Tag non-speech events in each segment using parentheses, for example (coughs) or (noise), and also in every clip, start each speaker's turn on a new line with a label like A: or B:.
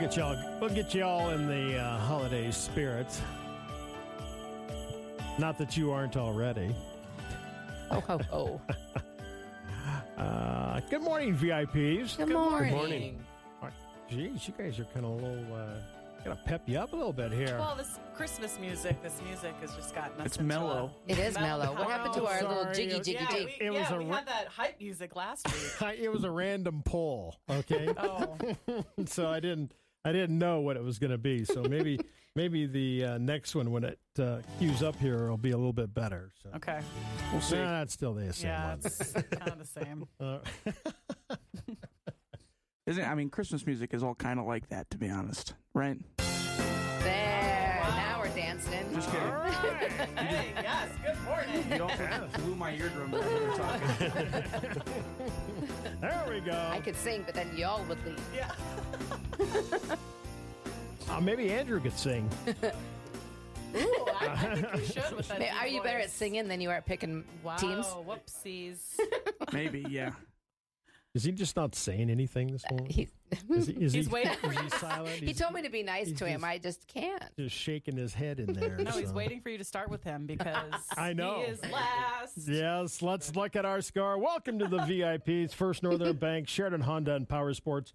A: get y'all. We'll get y'all in the uh, holiday spirit. Not that you aren't already.
B: Ho, Oh, ho, ho.
A: Uh, good morning, VIPs.
B: Good morning.
C: morning.
A: Geez, you guys are kind of a little. Uh, Gotta pep you up a little bit here. (laughs)
C: Well, this Christmas music, this music has just gotten us.
D: It's
C: into
D: mellow.
C: a-
B: It is mellow. What happened to our little
A: Sorry.
B: jiggy jiggy
C: oh, Yeah,
B: jig?
C: we,
A: It was
C: yeah,
A: a
C: we
A: ra-
C: had that hype music last
A: (laughs)
C: week.
A: it was a random poll,
C: (laughs)
A: okay? (laughs)
C: Oh,
A: so I didn't I didn't know what it was going to be. So
C: (laughs)
A: maybe maybe the uh, next one when it uh, queues up here will be a little bit better. So
C: okay.
D: We'll see.
A: Nah, it's still the same
C: yeah,
A: one. (laughs)
C: it's kind of the same.
A: Uh,
D: Isn't I mean Christmas music is all kind of like that to be honest, right?
B: There. Now we're dancing.
D: Just kidding.
C: hey, yes. Good morning.
D: You don't blew my eardrum when we were talking.
A: there we
C: (laughs)
A: go.
B: I could sing, but then y'all would leave.
C: (laughs) Yeah.
A: Uh, maybe Andrew could sing.
C: Ooh, Oh, I, I think you
B: (laughs)
C: should with that.
B: Hey,
C: deep
B: Are you better at
C: voice.
B: singing than you are at picking
C: Wow.
B: teams?
C: Whoopsies.
B: (laughs)
D: (laughs) Maybe, yeah.
A: Is he just not saying anything this morning?
B: He, (laughs)
A: Is he, is
C: Uh, (laughs) He's
A: he,
C: waiting for
A: is
C: you.
A: he silent?
B: he
A: He's
B: told me to be nice
A: he's
B: to him.
A: just-
B: I just can't.
A: just shaking his head in there.
C: (laughs) No, he's
A: so.
C: waiting for you to start with him because
A: I know.
C: he is last.
A: Yes, let's look at our score. Welcome to the VIPs, First
C: (laughs)
A: Northern Bank, Sheridan Honda and Power Sports,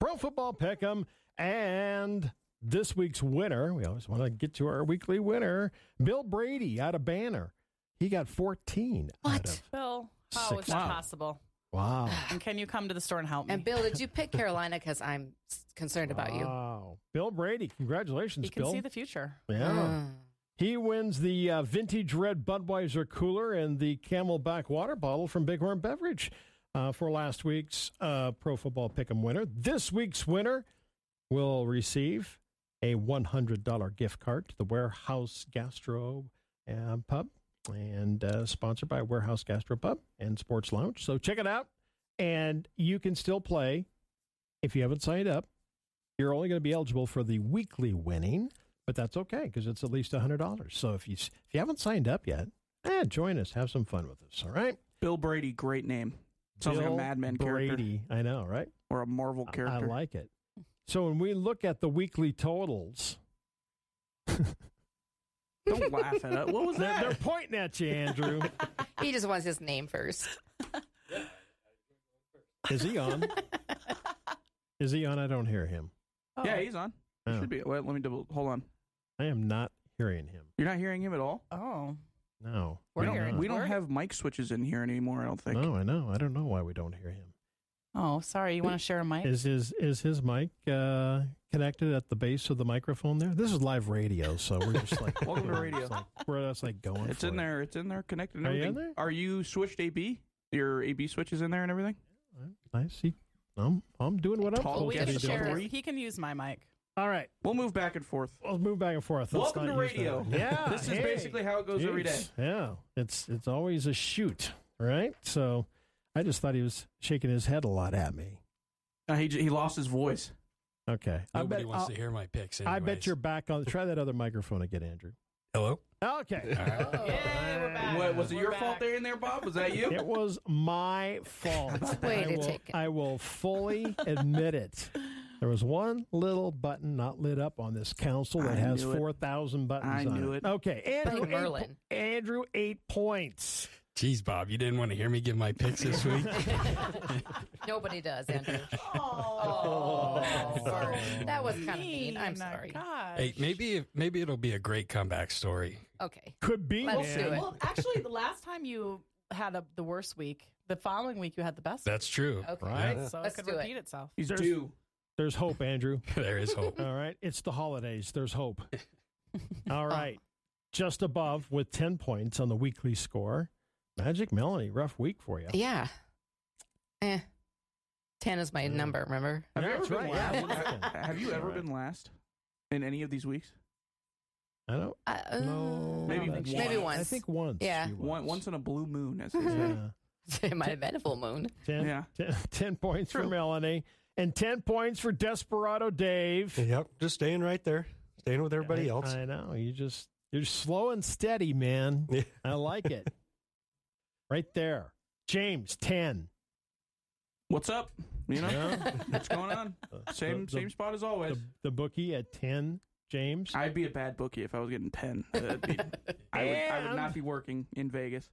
A: Pro Football Pick'em, and this week's winner. We always want to get to our weekly winner, Bill Brady out of Banner. He got 14. Out
B: What?
A: of,
C: Bill, how is
A: Six.
C: that
D: Wow.
C: possible? (sighs)
A: wow.
C: And can you come to the store and help me?
B: And Bill, did you pick Carolina? Because I'm s- concerned about you.
A: Wow. Bill Brady, congratulations,
C: you can
A: Bill.
C: see the future.
A: yeah.
B: Mm.
A: He wins the uh, vintage red Budweiser cooler and the Camelback water bottle from Bighorn Beverage uh, for last week's uh, Pro Football Pick'em winner. This week's winner will receive a $100 gift card to the Warehouse Gastro uh, Pub and uh, sponsored by Warehouse Gastro Pub and Sports Lounge. So check it out. And you can still play if you haven't signed up. You're only going to be eligible for the weekly winning but that's okay because it's at least hundred dollars. So if you s- if you haven't signed up yet, eh, join us, have some fun with us. All right,
D: Bill Brady, great name. Sounds like
A: Bill
D: a Mad Men character
A: Brady, I know, right?
D: or a Marvel
A: I-
D: character.
A: I, like it. So when we look at the weekly totals,
D: Don't laugh at it. What was
A: they're, they're
D: that?
A: pointing at you,
D: (laughs)
A: Andrew.
B: He just wants his name first.
C: (laughs)
A: Is he on? Is he on? I don't hear him.
D: Yeah, he's on.
A: Oh,
D: Should be. Wait, let me double. Hold on.
A: I am not hearing him.
D: You're not hearing him at all.
C: Oh,
A: No,
C: We're
A: I'm
D: we
C: hearing
A: not.
D: don't, we don't
C: We're-
D: have mic switches in here anymore. I don't think.
A: No, I know. I don't know why we don't hear him.
C: oh, sorry. You want to share a mic?
A: Is his is his mic uh, connected at the base of the microphone there? This is live radio, so we're just like
D: (laughs) Welcome to
A: we're
D: radio.
A: just like- we're just like going.
D: It's
A: for
D: in
A: it.
D: there. It's in there. Connected. And
A: Are you
D: everything.
A: in there?
D: Are you switched AB? Your AB switch is in there and everything.
A: I see. I'm I'm doing what I'm
D: Tall
C: Well,
A: supposed
C: Oh, we
A: to
D: guest
A: be
C: can
D: is
A: doing.
C: share.
D: three.
C: He can use my mic.
A: All right,
D: We'll move back and forth.
A: let's move back and forth. Let's
D: Welcome to
A: not use that
D: radio.
A: one. Yeah,
D: This is
A: hey,
D: basically how it goes every day.
A: jeez. Yeah, it's it's always a shoot, right? So I just thought he was shaking his head a lot at me.
D: Uh, he j- he lost his voice.
A: Okay,
E: Nobody
A: I bet
E: wants
A: I'll-
E: to hear my picks.
A: I
E: Anyways.
A: bet you're back on. Try that other microphone again, Andrew.
E: Hello.
A: Okay.
C: Oh.
A: (laughs)
C: Yay, we're back.
D: What, was it
C: We're
D: your
C: back.
D: fault there in there, Bob? Was that you?
A: It was my fault.
B: Way
A: I
B: to
A: will,
B: take it.
A: I will fully admit it. There was one little button not lit up on this council that
D: I
A: has
D: knew it.
A: 4,000 buttons
D: I
A: on
D: knew
A: it.
D: it.
A: Okay, Andrew,
B: Blame
A: eight,
B: Merlin.
A: po- Andrew, eight points.
E: (laughs) Jeez, Bob, you didn't want to hear me give my picks this week.
B: Nobody does, Andrew.
C: Oh,
B: (laughs) sorry. That was kind of mean. I'm
C: Mean,
B: sorry.
C: Oh gosh.
E: hey, maybe maybe it'll be a great comeback story.
B: Okay.
A: Could be.
B: Let's
A: man.
B: do it.
C: Well, actually, the last time you had a, the worst week, the following week you had the best.
E: That's true.
B: Okay.
E: Right.
C: So
B: Let's
C: it could
B: do it.
C: repeat itself.
D: He's
A: There's-
D: due.
A: There's hope, Andrew.
E: (laughs) there is hope.
A: All right. It's the holidays. There's
B: (laughs)
A: hope. All right. Just above with 10 points on the weekly score. Magic Melanie, rough week for you.
B: Yeah. Eh. 10 is my
A: Yeah.
B: number, remember?
D: Have you
A: That's
D: ever been
A: right. Yeah,
D: last?
A: what happened?
D: (laughs) Have you
A: All
D: ever
A: right.
D: been last in any of these weeks?
A: I don't
B: I- uh,
A: know.
D: Maybe
A: that's-
D: once. Maybe
A: I
B: once.
A: think once.
B: Yeah.
A: she
D: One,
A: was.
D: once in a blue moon, as they say.
A: Yeah.
B: (laughs) it might have been a full moon.
A: Ten,
D: Yeah.
A: ten- (laughs) 10 points for
D: True.
A: Melanie and 10 points for Desperado Dave.
E: Yep, just staying right there, staying with
A: I- I know. You just, you're slow and steady, man.
E: (laughs) Yeah.
A: I like it. right there. James, 10.
D: What's up? You know
A: Yeah.
D: what's going on? (laughs)
A: (laughs)
D: Same
A: the-
D: same spot as always.
A: the, the bookie at 10, James.
D: I'd be a bad bookie if I was
A: (laughs)
D: getting ten. That'd be- I, would, I would
A: And-
D: not be working in Vegas.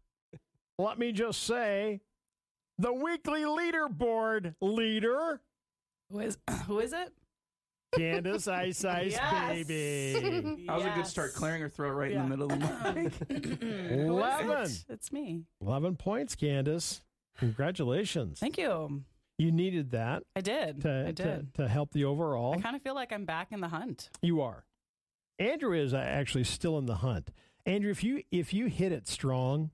A: Let me just say the weekly leaderboard leader,
B: (coughs)
C: Who is who is it?
A: Candace Ice Ice
C: (laughs) Yes.
A: Baby.
D: That was a good
C: (coughs)
D: start. Clearing her throat right in
C: Yeah.
D: the middle
C: (laughs)
D: of the mic.
C: Who is it?
A: Eleven.
C: It's me.
A: 11 points, Candace. Congratulations.
C: Thank you.
A: you needed that
C: I did.
A: to,
C: I
A: to,
C: did.
A: to help the overall.
C: I kind of feel like I'm back in the hunt.
A: You are. Andrew is uh, actually still in the hunt. Andrew, if you if you hit it strong,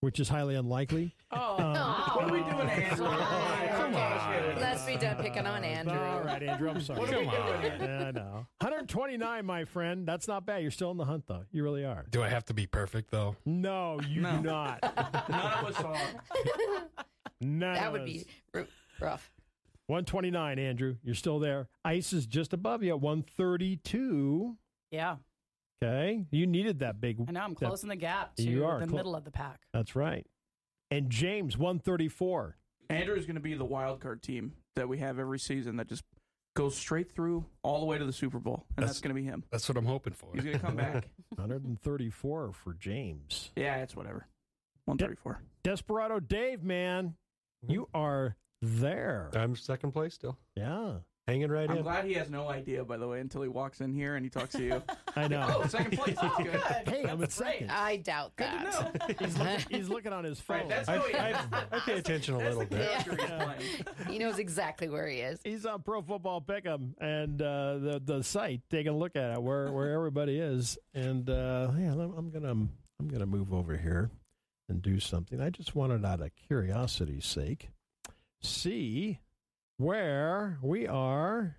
A: which is highly
D: (laughs)
A: unlikely,
C: Oh,
A: Uh,
D: What are we
A: (laughs)
D: doing, Andrew?
A: Come on.
B: Let's be done picking on Andrew.
A: All right, Andrew, I'm sorry.
D: What are we
E: Come on.
D: doing here?
A: Yeah, I know. 129, my friend. That's not bad. You're still in the hunt, though. You really are.
E: Do I have to be perfect though?
A: No, you
D: No.
A: do not.
D: (laughs) None of us are.
A: None
B: (laughs) That
A: of
B: would
A: us.
B: be r- rough.
A: 129, Andrew. You're still there. Ice is just above you at 132.
C: yeah.
A: Okay. You needed that big.
C: I know. I'm
A: that-
C: closing the gap to
A: You are
C: the
A: clo-
C: middle of the pack.
A: That's right. And James, 134.
D: Andrew's going to be the wild card team that we have every season that just goes straight through all the way to the Super Bowl, and that's,
E: That's-
D: going to be him.
E: That's what I'm hoping for.
D: He's going (laughs) to come back.
A: 134 for James.
D: Yeah, it's whatever. One thirty-four.
A: Desperado Dave, man,
D: Mm-hmm.
A: you are there.
E: (laughs)
D: Uh,
E: I'm second place still.
A: Yeah,
E: Hanging right
D: I'm glad he has no idea, by the way, until he walks in here and he talks to you.
A: I know.
D: (laughs) oh, second (laughs) place. That's good.
A: hey, I'm at second.
B: I doubt
D: Good to
B: that.
D: know.
B: (laughs)
A: He's looking, he's looking on his phone.
D: Right, that's
E: I,
D: how he
E: I, I pay attention a
D: That's
E: little
D: the
E: bit.
D: character he's playing.
B: He knows exactly where he is.
A: He's on Pro Football Pick'em and uh, the the site taking a look at it where where everybody is. And uh, yeah, I'm I'm gonna I'm gonna move over here and do something. I just wanted out of curiosity's sake see where we are.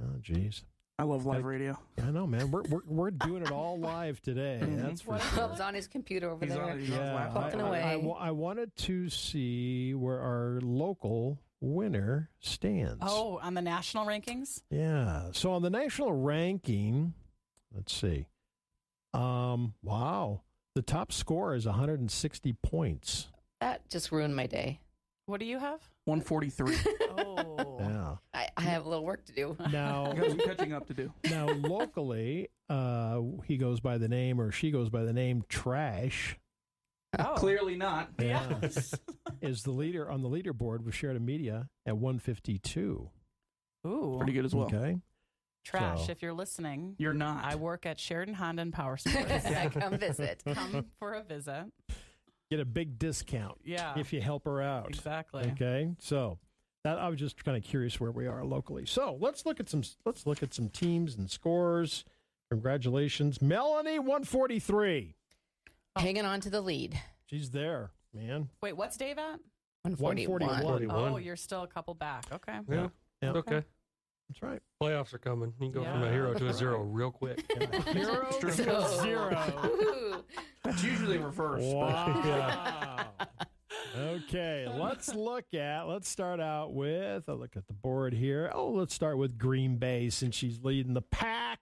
A: Oh, jeez.
D: I love live radio.
A: I know, man. We're we're, we're doing it all live today.
D: Mhm.
A: That's for
C: What
A: sure.
B: Club's on his computer over
D: He's
B: there.
D: on, he's on his laptop.
A: I,
B: Talking
A: I-
B: away.
A: I wa- I wanted to see where our local winner stands.
C: Oh, on the national rankings?
A: yeah. So on the national ranking, let's see. Um, wow, the top score is 160 points.
B: That just ruined my day.
C: What do you have?
D: One (laughs)
B: (laughs)
D: forty-three.
C: Oh.
A: Yeah.
B: I, I have a little work to do.
A: Now,
D: Got some catching up to do.
A: now locally, uh, he goes by the name or she goes by the name Trash.
C: Oh.
D: Clearly not.
A: Yeah. is the leader on the leaderboard with Sheridan Media at 152.
C: Ooh.
D: Pretty good as well.
A: Okay.
C: Trash,
A: So-
C: if you're listening.
D: You're not.
C: I work at Sheridan Honda and
A: (laughs)
C: Power Sports.
B: (laughs) I come visit.
C: Come for a visit.
A: Get a big discount
C: Yeah.
A: if you help her out.
C: Exactly.
A: Okay. So that I was just kind of curious where we are locally. So let's look at some let's look at some teams and scores. Congratulations. Melanie 143.
B: (laughs) Hanging on to the lead.
A: She's there, man.
C: Wait, what's Dave at?
B: 141.
A: 141.
C: Oh, you're still a couple back. Okay.
A: Yeah. Yeah.
E: Okay.
A: That's
D: (laughs)
A: right.
E: Playoffs are coming. You can go from
C: Yeah.
E: a hero to a zero real quick.
A: Hero
D: true.
A: to zero.
B: Ooh.
D: It's usually reversed. but- (laughs)
A: Wow. okay, let's look at. Let's start out with a look at the board here. Oh, let's start with Green Bay since she's leading the pack.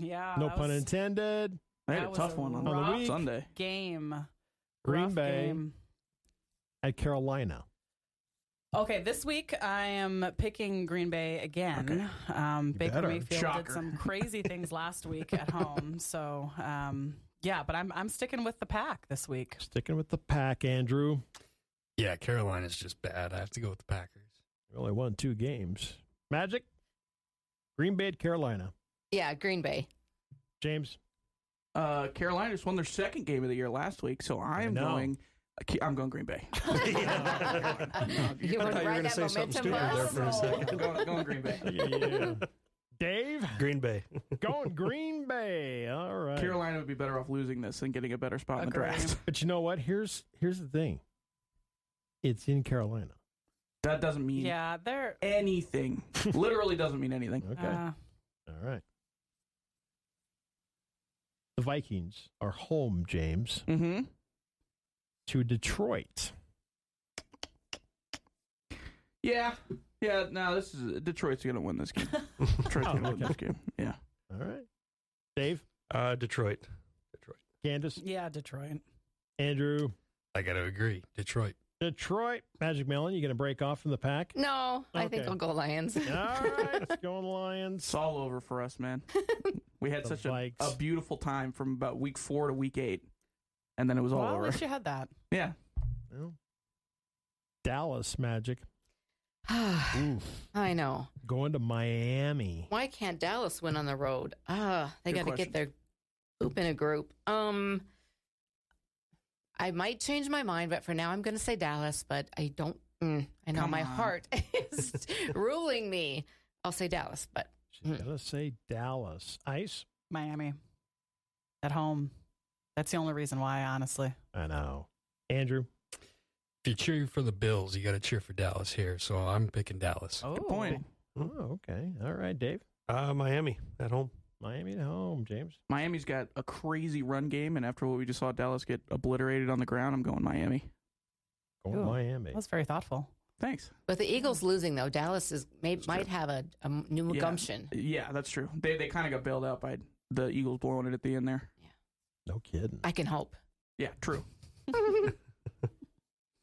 C: Yeah.
A: No
C: that
A: pun
C: was
A: intended.
D: They had
C: That
D: a
C: was
D: tough
C: a
D: one on,
A: rough On the week.
D: Sunday.
C: Game.
A: Green
C: Rough
A: Bay
C: game.
A: at Carolina.
C: Okay, this week I am picking Green Bay again. Um, Baker
A: better.
C: Mayfield
D: Shocker.
C: did some crazy
D: (laughs)
C: things last week at home, so um, yeah. But I'm I'm sticking with the pack this week.
A: Sticking with the pack, Andrew.
E: (laughs) Yeah, Carolina's just bad. I have to go with the Packers.
A: We only won two games. Magic. Green Bay at Carolina.
B: Yeah, Green Bay.
A: James.
D: Uh, Carolina just won their second game of the year last week, so I am
A: know.
D: going. I'm going Green Bay.
B: (laughs) You were
E: I thought you were
B: right
E: going to
B: that
E: say something
B: momentum
E: stupid there for a
B: bus.
D: I'm
E: second.
D: going, going Green Bay.
A: Yeah. Dave
E: Green Bay.
A: going Green Bay. All right.
D: Carolina would be better off losing this than getting a better spot in the
C: Agreed.
D: draft. (laughs)
A: But you know what? Here's here's the thing. It's in Carolina.
D: That doesn't mean
C: Yeah, they're
A: (laughs)
D: anything. Literally doesn't mean anything.
A: Okay.
C: uh,
A: All right. The Vikings are home, James,
D: Mm-hmm.
A: to Detroit.
D: Yeah. Yeah. No, this is Detroit's going to win this game. Detroit's going to win
A: Oh, okay.
D: this game. Yeah.
A: All right. Dave,
F: Uh, Detroit. Detroit.
A: Candace,
C: yeah Detroit.
A: Andrew.
E: I got to agree. Detroit.
A: Detroit, Magic Melon, you going to break off from the
B: (laughs)
A: pack?
B: No, I think
A: Okay.
B: I'll go Lions.
A: All right, it's going Lions.
D: It's all over for us,
A: (laughs)
D: man. We had
A: The
D: such a,
A: Vikes.
D: a beautiful time from about week four to week eight, and then it was all
C: well, at
D: over.
C: least you had that.
D: Yeah,
A: Well, Dallas Magic. Oof.
B: (laughs) (sighs) I know.
A: Going to Miami.
B: Why can't Dallas win on the road? Ah, they
D: Good
B: got to
D: question.
B: get their poop in a group. Um, I might change my mind, but for now, I'm going to say Dallas. But I don't. Mm, I know
D: Come
B: my
D: on.
B: heart (laughs)
D: (laughs)
B: is ruling me. I'll say Dallas, but
A: She's going to say Dallas. Ice?
C: Miami at home. That's the only reason why, honestly.
A: I know. Andrew?
E: If you're cheering for the Bills, you got to cheer for Dallas here. So I'm picking Dallas.
C: Oh,
D: good point.
A: Oh, okay. All right, Dave.
F: Uh, Miami at home.
A: Miami at home, James.
D: Miami's got a crazy run game, and after what we just saw Dallas get obliterated on the ground, I'm going Miami.
A: Going to
C: Ooh.
A: Miami.
C: That was very thoughtful.
D: Thanks.
B: with the Eagles losing though, Dallas is may,
D: That's
B: might
D: Hmm. true.
B: have a, a new
D: Yeah.
B: gumption.
D: Yeah, that's true. They they kind of got bailed out by the Eagles blowing it at the end there.
A: No kidding.
B: I can hope.
D: Yeah, true.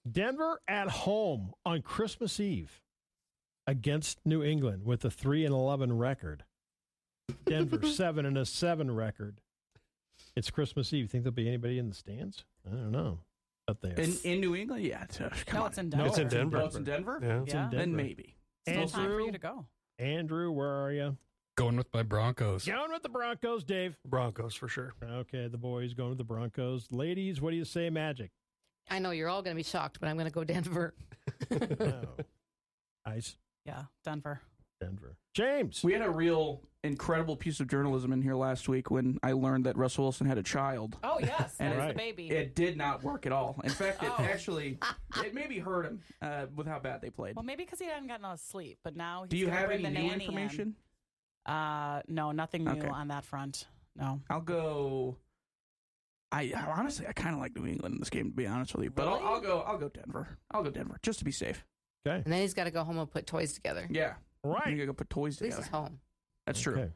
A: Denver at home on Christmas Eve against New England with a 3 and 11 record. Denver 7 and a 7 record. It's Christmas Eve. Think there'll be anybody in the stands? I don't know. But there.
D: In in New England, yeah. it's- uh, come
C: no,
D: on.
C: it's in
A: No,
C: Denver.
F: It's in Denver.
D: Oh, it's in Denver.
F: Yeah.
A: It's in
C: Yeah.
A: Denver.
D: Then maybe.
C: Still time for
A: Andrew,
C: you to go.
A: Andrew, where are you?
E: Going with my Broncos.
A: Going with the Broncos, Dave.
F: Broncos for
E: (laughs)
F: sure. (laughs)
A: Okay, the boys going with the Broncos. Ladies, what do you say,
D: (laughs)
A: Magic?
B: I know you're all going to be shocked, but I'm going to go Denver.
A: Oh. Ice,
C: Yeah, Denver.
A: Denver. James.
D: We had a real incredible piece of journalism in here last week when I learned that Russell Wilson had a child.
C: Oh
D: (laughs)
C: yes,
D: And
C: that's
A: it-
C: the baby.
D: It did not work at all. In fact, it
C: Oh. (laughs)
D: actually it maybe hurt him uh, with how bad they played.
C: well, maybe because he hadn't gotten enough sleep, but now Oh he's
D: Do you
C: gonna
D: have
C: bring
D: any
C: the
D: new
C: nanny in.
D: information?
C: Uh, no, nothing new
D: Okay.
C: on that front. No.
D: I'll go. I I honestly I kind of like New England in this game to be honest with you, but
C: Really?
D: I'll, I'll go I'll go Denver. I'll go Denver just to be safe.
A: Okay.
B: And then he's got to go home and put toys together.
D: Yeah, I
A: Right.
D: think I go put toys
B: At least
D: together.
B: he's home.
D: That's true.
A: Okay.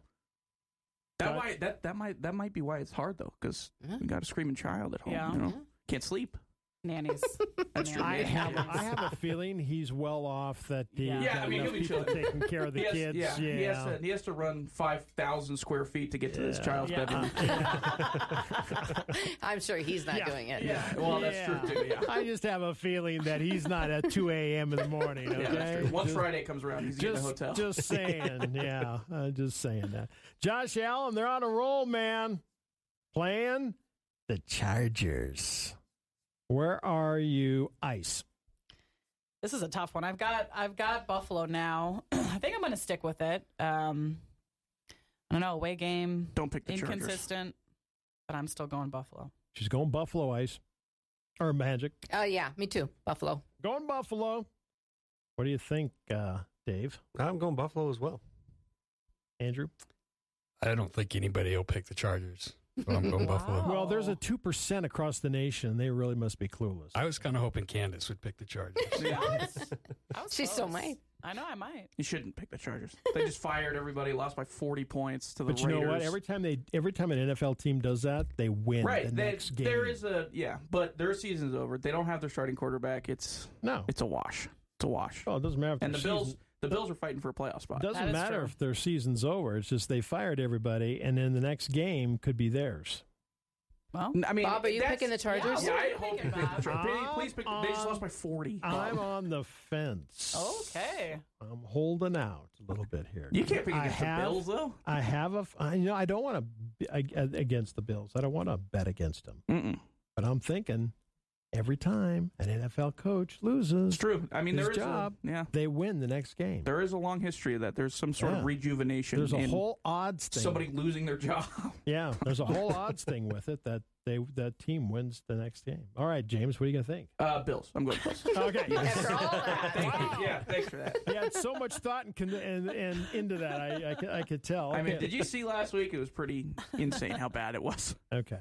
D: That
A: Got-
D: why that that might that might be why it's hard though because
B: Yeah.
D: we got a screaming child at home.
C: Yeah.
D: You know? Can't sleep.
B: (laughs)
C: Nannies.
D: That's true.
A: I
C: Nannies.
A: have, I have a (laughs) feeling he's well off that he
C: Yeah.
D: Yeah, I mean,
A: enough
D: he'll be
A: people
D: chilling.
A: taking care of the
D: He has-
A: kids.
D: yeah,
A: yeah.
D: He, has to, he has to run five thousand square feet to get to this
A: Yeah.
D: child's
A: Yeah. (laughs)
D: bedroom.
B: (laughs) I'm sure he's not
A: Yeah.
B: doing it.
D: Um, Yeah, well, that's true too. Yeah,
A: (laughs) I just have a feeling that he's not at 2 a.m. in the morning. Okay?
D: yeah that's true. Once
A: Just-
D: Friday comes around, he's in the
A: just,
D: hotel.
A: just saying,
D: (laughs)
A: yeah, uh, just saying that. Josh Allen, they're on a roll, man. Playing the Chargers. Where are you, Ice?
C: This is a tough one. I've got I've got Buffalo now. (clears throat) I think I'm going to stick with it. Um, I don't know away game
D: Don't pick the Chargers.
C: inconsistent, but I'm still going Buffalo.
A: She's going Buffalo Ice or Magic.
B: Oh, yeah, me too. Buffalo.
A: Going Buffalo. What do you think, uh, Dave?
F: I'm going Buffalo as well.
A: Andrew?
E: I don't think anybody will pick the Chargers, but
B: (laughs)
E: I'm going
C: Wow.
E: Buffalo.
A: Well, there's a
C: Oh.
A: 2% across the nation. They really must be clueless.
E: I was kind of hoping Candace would pick the Chargers.
B: (laughs)
C: I was
B: She's so
C: close.
B: might.
C: I know I might.
D: You shouldn't pick the Chargers. They just fired everybody, lost by forty points to the
A: but you
D: Raiders.
A: know what? Every time they, every time an NFL team does that, they win
D: right,
A: the
D: they-
A: next game.
D: there is a yeah, but their season's over. They don't have their starting quarterback. It's
A: no.
D: it's a wash. It's a wash.
A: Well, Oh, it doesn't matter. If
D: and the
A: their
D: Bills,
A: season-
D: the Bills are fighting for a playoff spot.
A: doesn't
C: is
A: matter
C: true.
A: if their season's over. It's just they fired everybody, and then the next game could be theirs.
C: Well,
D: I mean,
B: Bob, are you
D: that's-
B: picking the Chargers?
D: Yeah, I
C: What are you
D: hope you
C: thinking,
D: pick the
C: Bob?
D: Chargers. Please, please pick. They just
A: I'm-
D: lost by forty.
A: I'm on the fence.
C: okay.
A: I'm holding out a little bit here.
D: You can't pick
A: I
D: against the
A: have-
D: Bills though.
A: I have a, f- I, you know, I don't want to against the Bills. I don't want to bet against them.
D: Mm-mm.
A: But I'm thinking every time an NFL coach
D: It's
A: loses,
D: true. I mean,
A: His
D: there is
A: job.
D: a yeah,
A: they win the next game.
D: there is a long history of that. There's some sort
A: Yeah.
D: of rejuvenation.
A: There's a
D: in
A: whole odds thing.
D: somebody losing their job. (laughs)
A: yeah, there's a whole odds thing with it that they that team wins the next game. All right, James, what are you gonna think?
D: Uh, Bills. I'm going Bills.
A: Okay.
B: After all that.
D: Thank you. Yeah, thanks for that.
A: he had so much thought and, con- and, and into that. I, I, could- I could tell.
D: I mean,
A: Okay.
D: did you see last week? It was pretty insane how bad it was.
A: Okay.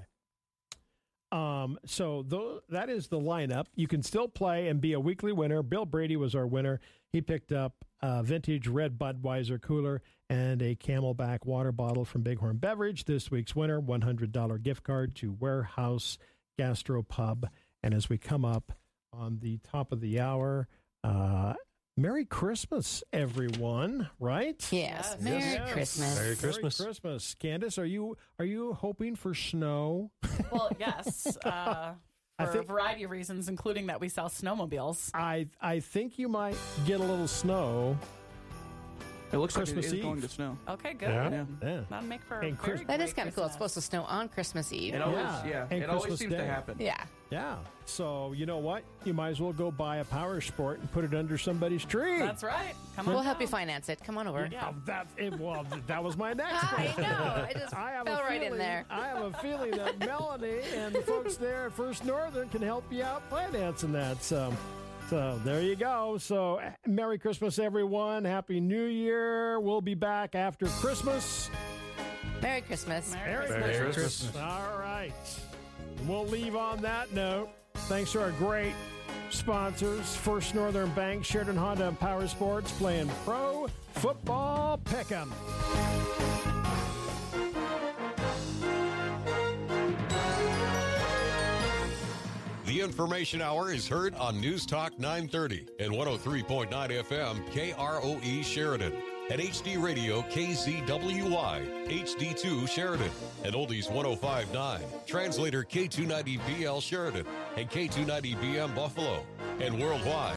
A: Um, so tho- that is the lineup. You can still play and be a weekly winner. Bill Brady was our winner. He picked up a vintage red Budweiser cooler and a Camelback water bottle from Bighorn Beverage. This week's winner, $100 gift card to Warehouse Gastropub. And as we come up on the top of the hour. Uh, Merry Christmas, everyone! Right?
B: Yes.
C: Yes.
B: Merry
A: Yes.
B: Christmas.
F: Merry Christmas.
A: Merry Christmas, Candace. Are you are you hoping for snow?
C: Well, yes, uh,
A: (laughs) I
C: for a
A: think-
C: variety of reasons, including that we sell snowmobiles.
A: I I think you might get a little snow.
D: It looks
A: Christmas
D: like it is
A: Eve.
D: going to snow.
C: Okay, good.
F: Yeah.
D: Yeah.
A: Yeah.
C: That'll make for a
A: And Chris-
C: very
B: That is
C: great
B: kind of cool. It's
C: Christmas.
B: supposed to snow on Christmas Eve.
D: It always,
A: Yeah.
D: yeah,
A: And
D: it always
A: Christmas
D: seems
A: Day.
D: to happen.
B: yeah.
A: Yeah. So you know what? You might as well go buy a power sport and put it under somebody's tree.
C: That's right. Come on.
B: We'll help you
C: down.
B: finance it. Come on over.
C: Yeah.
A: Oh, that it, well, that was my next.
B: (laughs) I
A: question.
B: know. I
A: (laughs)
B: just
A: I have
B: fell
A: a
B: right
A: feeling,
B: in there.
A: I have a feeling
B: (laughs)
A: that Melanie and the folks there at First Northern can help you out financing that. So, so there you go. So, eh, Merry Christmas, everyone. Happy New Year. We'll be back after Christmas.
B: Merry Christmas.
C: Merry
F: Merry
E: Merry
F: Christmas.
E: Christmas.
A: All right. We'll leave on that note. Thanks to our great sponsors First Northern Bank, Sheridan Honda, and Power Sports playing pro football pick 'em.
G: The Information Hour is heard on News Talk 930 and 103.9 FM KROE E Sheridan. At HD Radio KZWY, HD2 Sheridan. At Oldies 1059, Translator K290BL Sheridan. And K290BM Buffalo. And worldwide.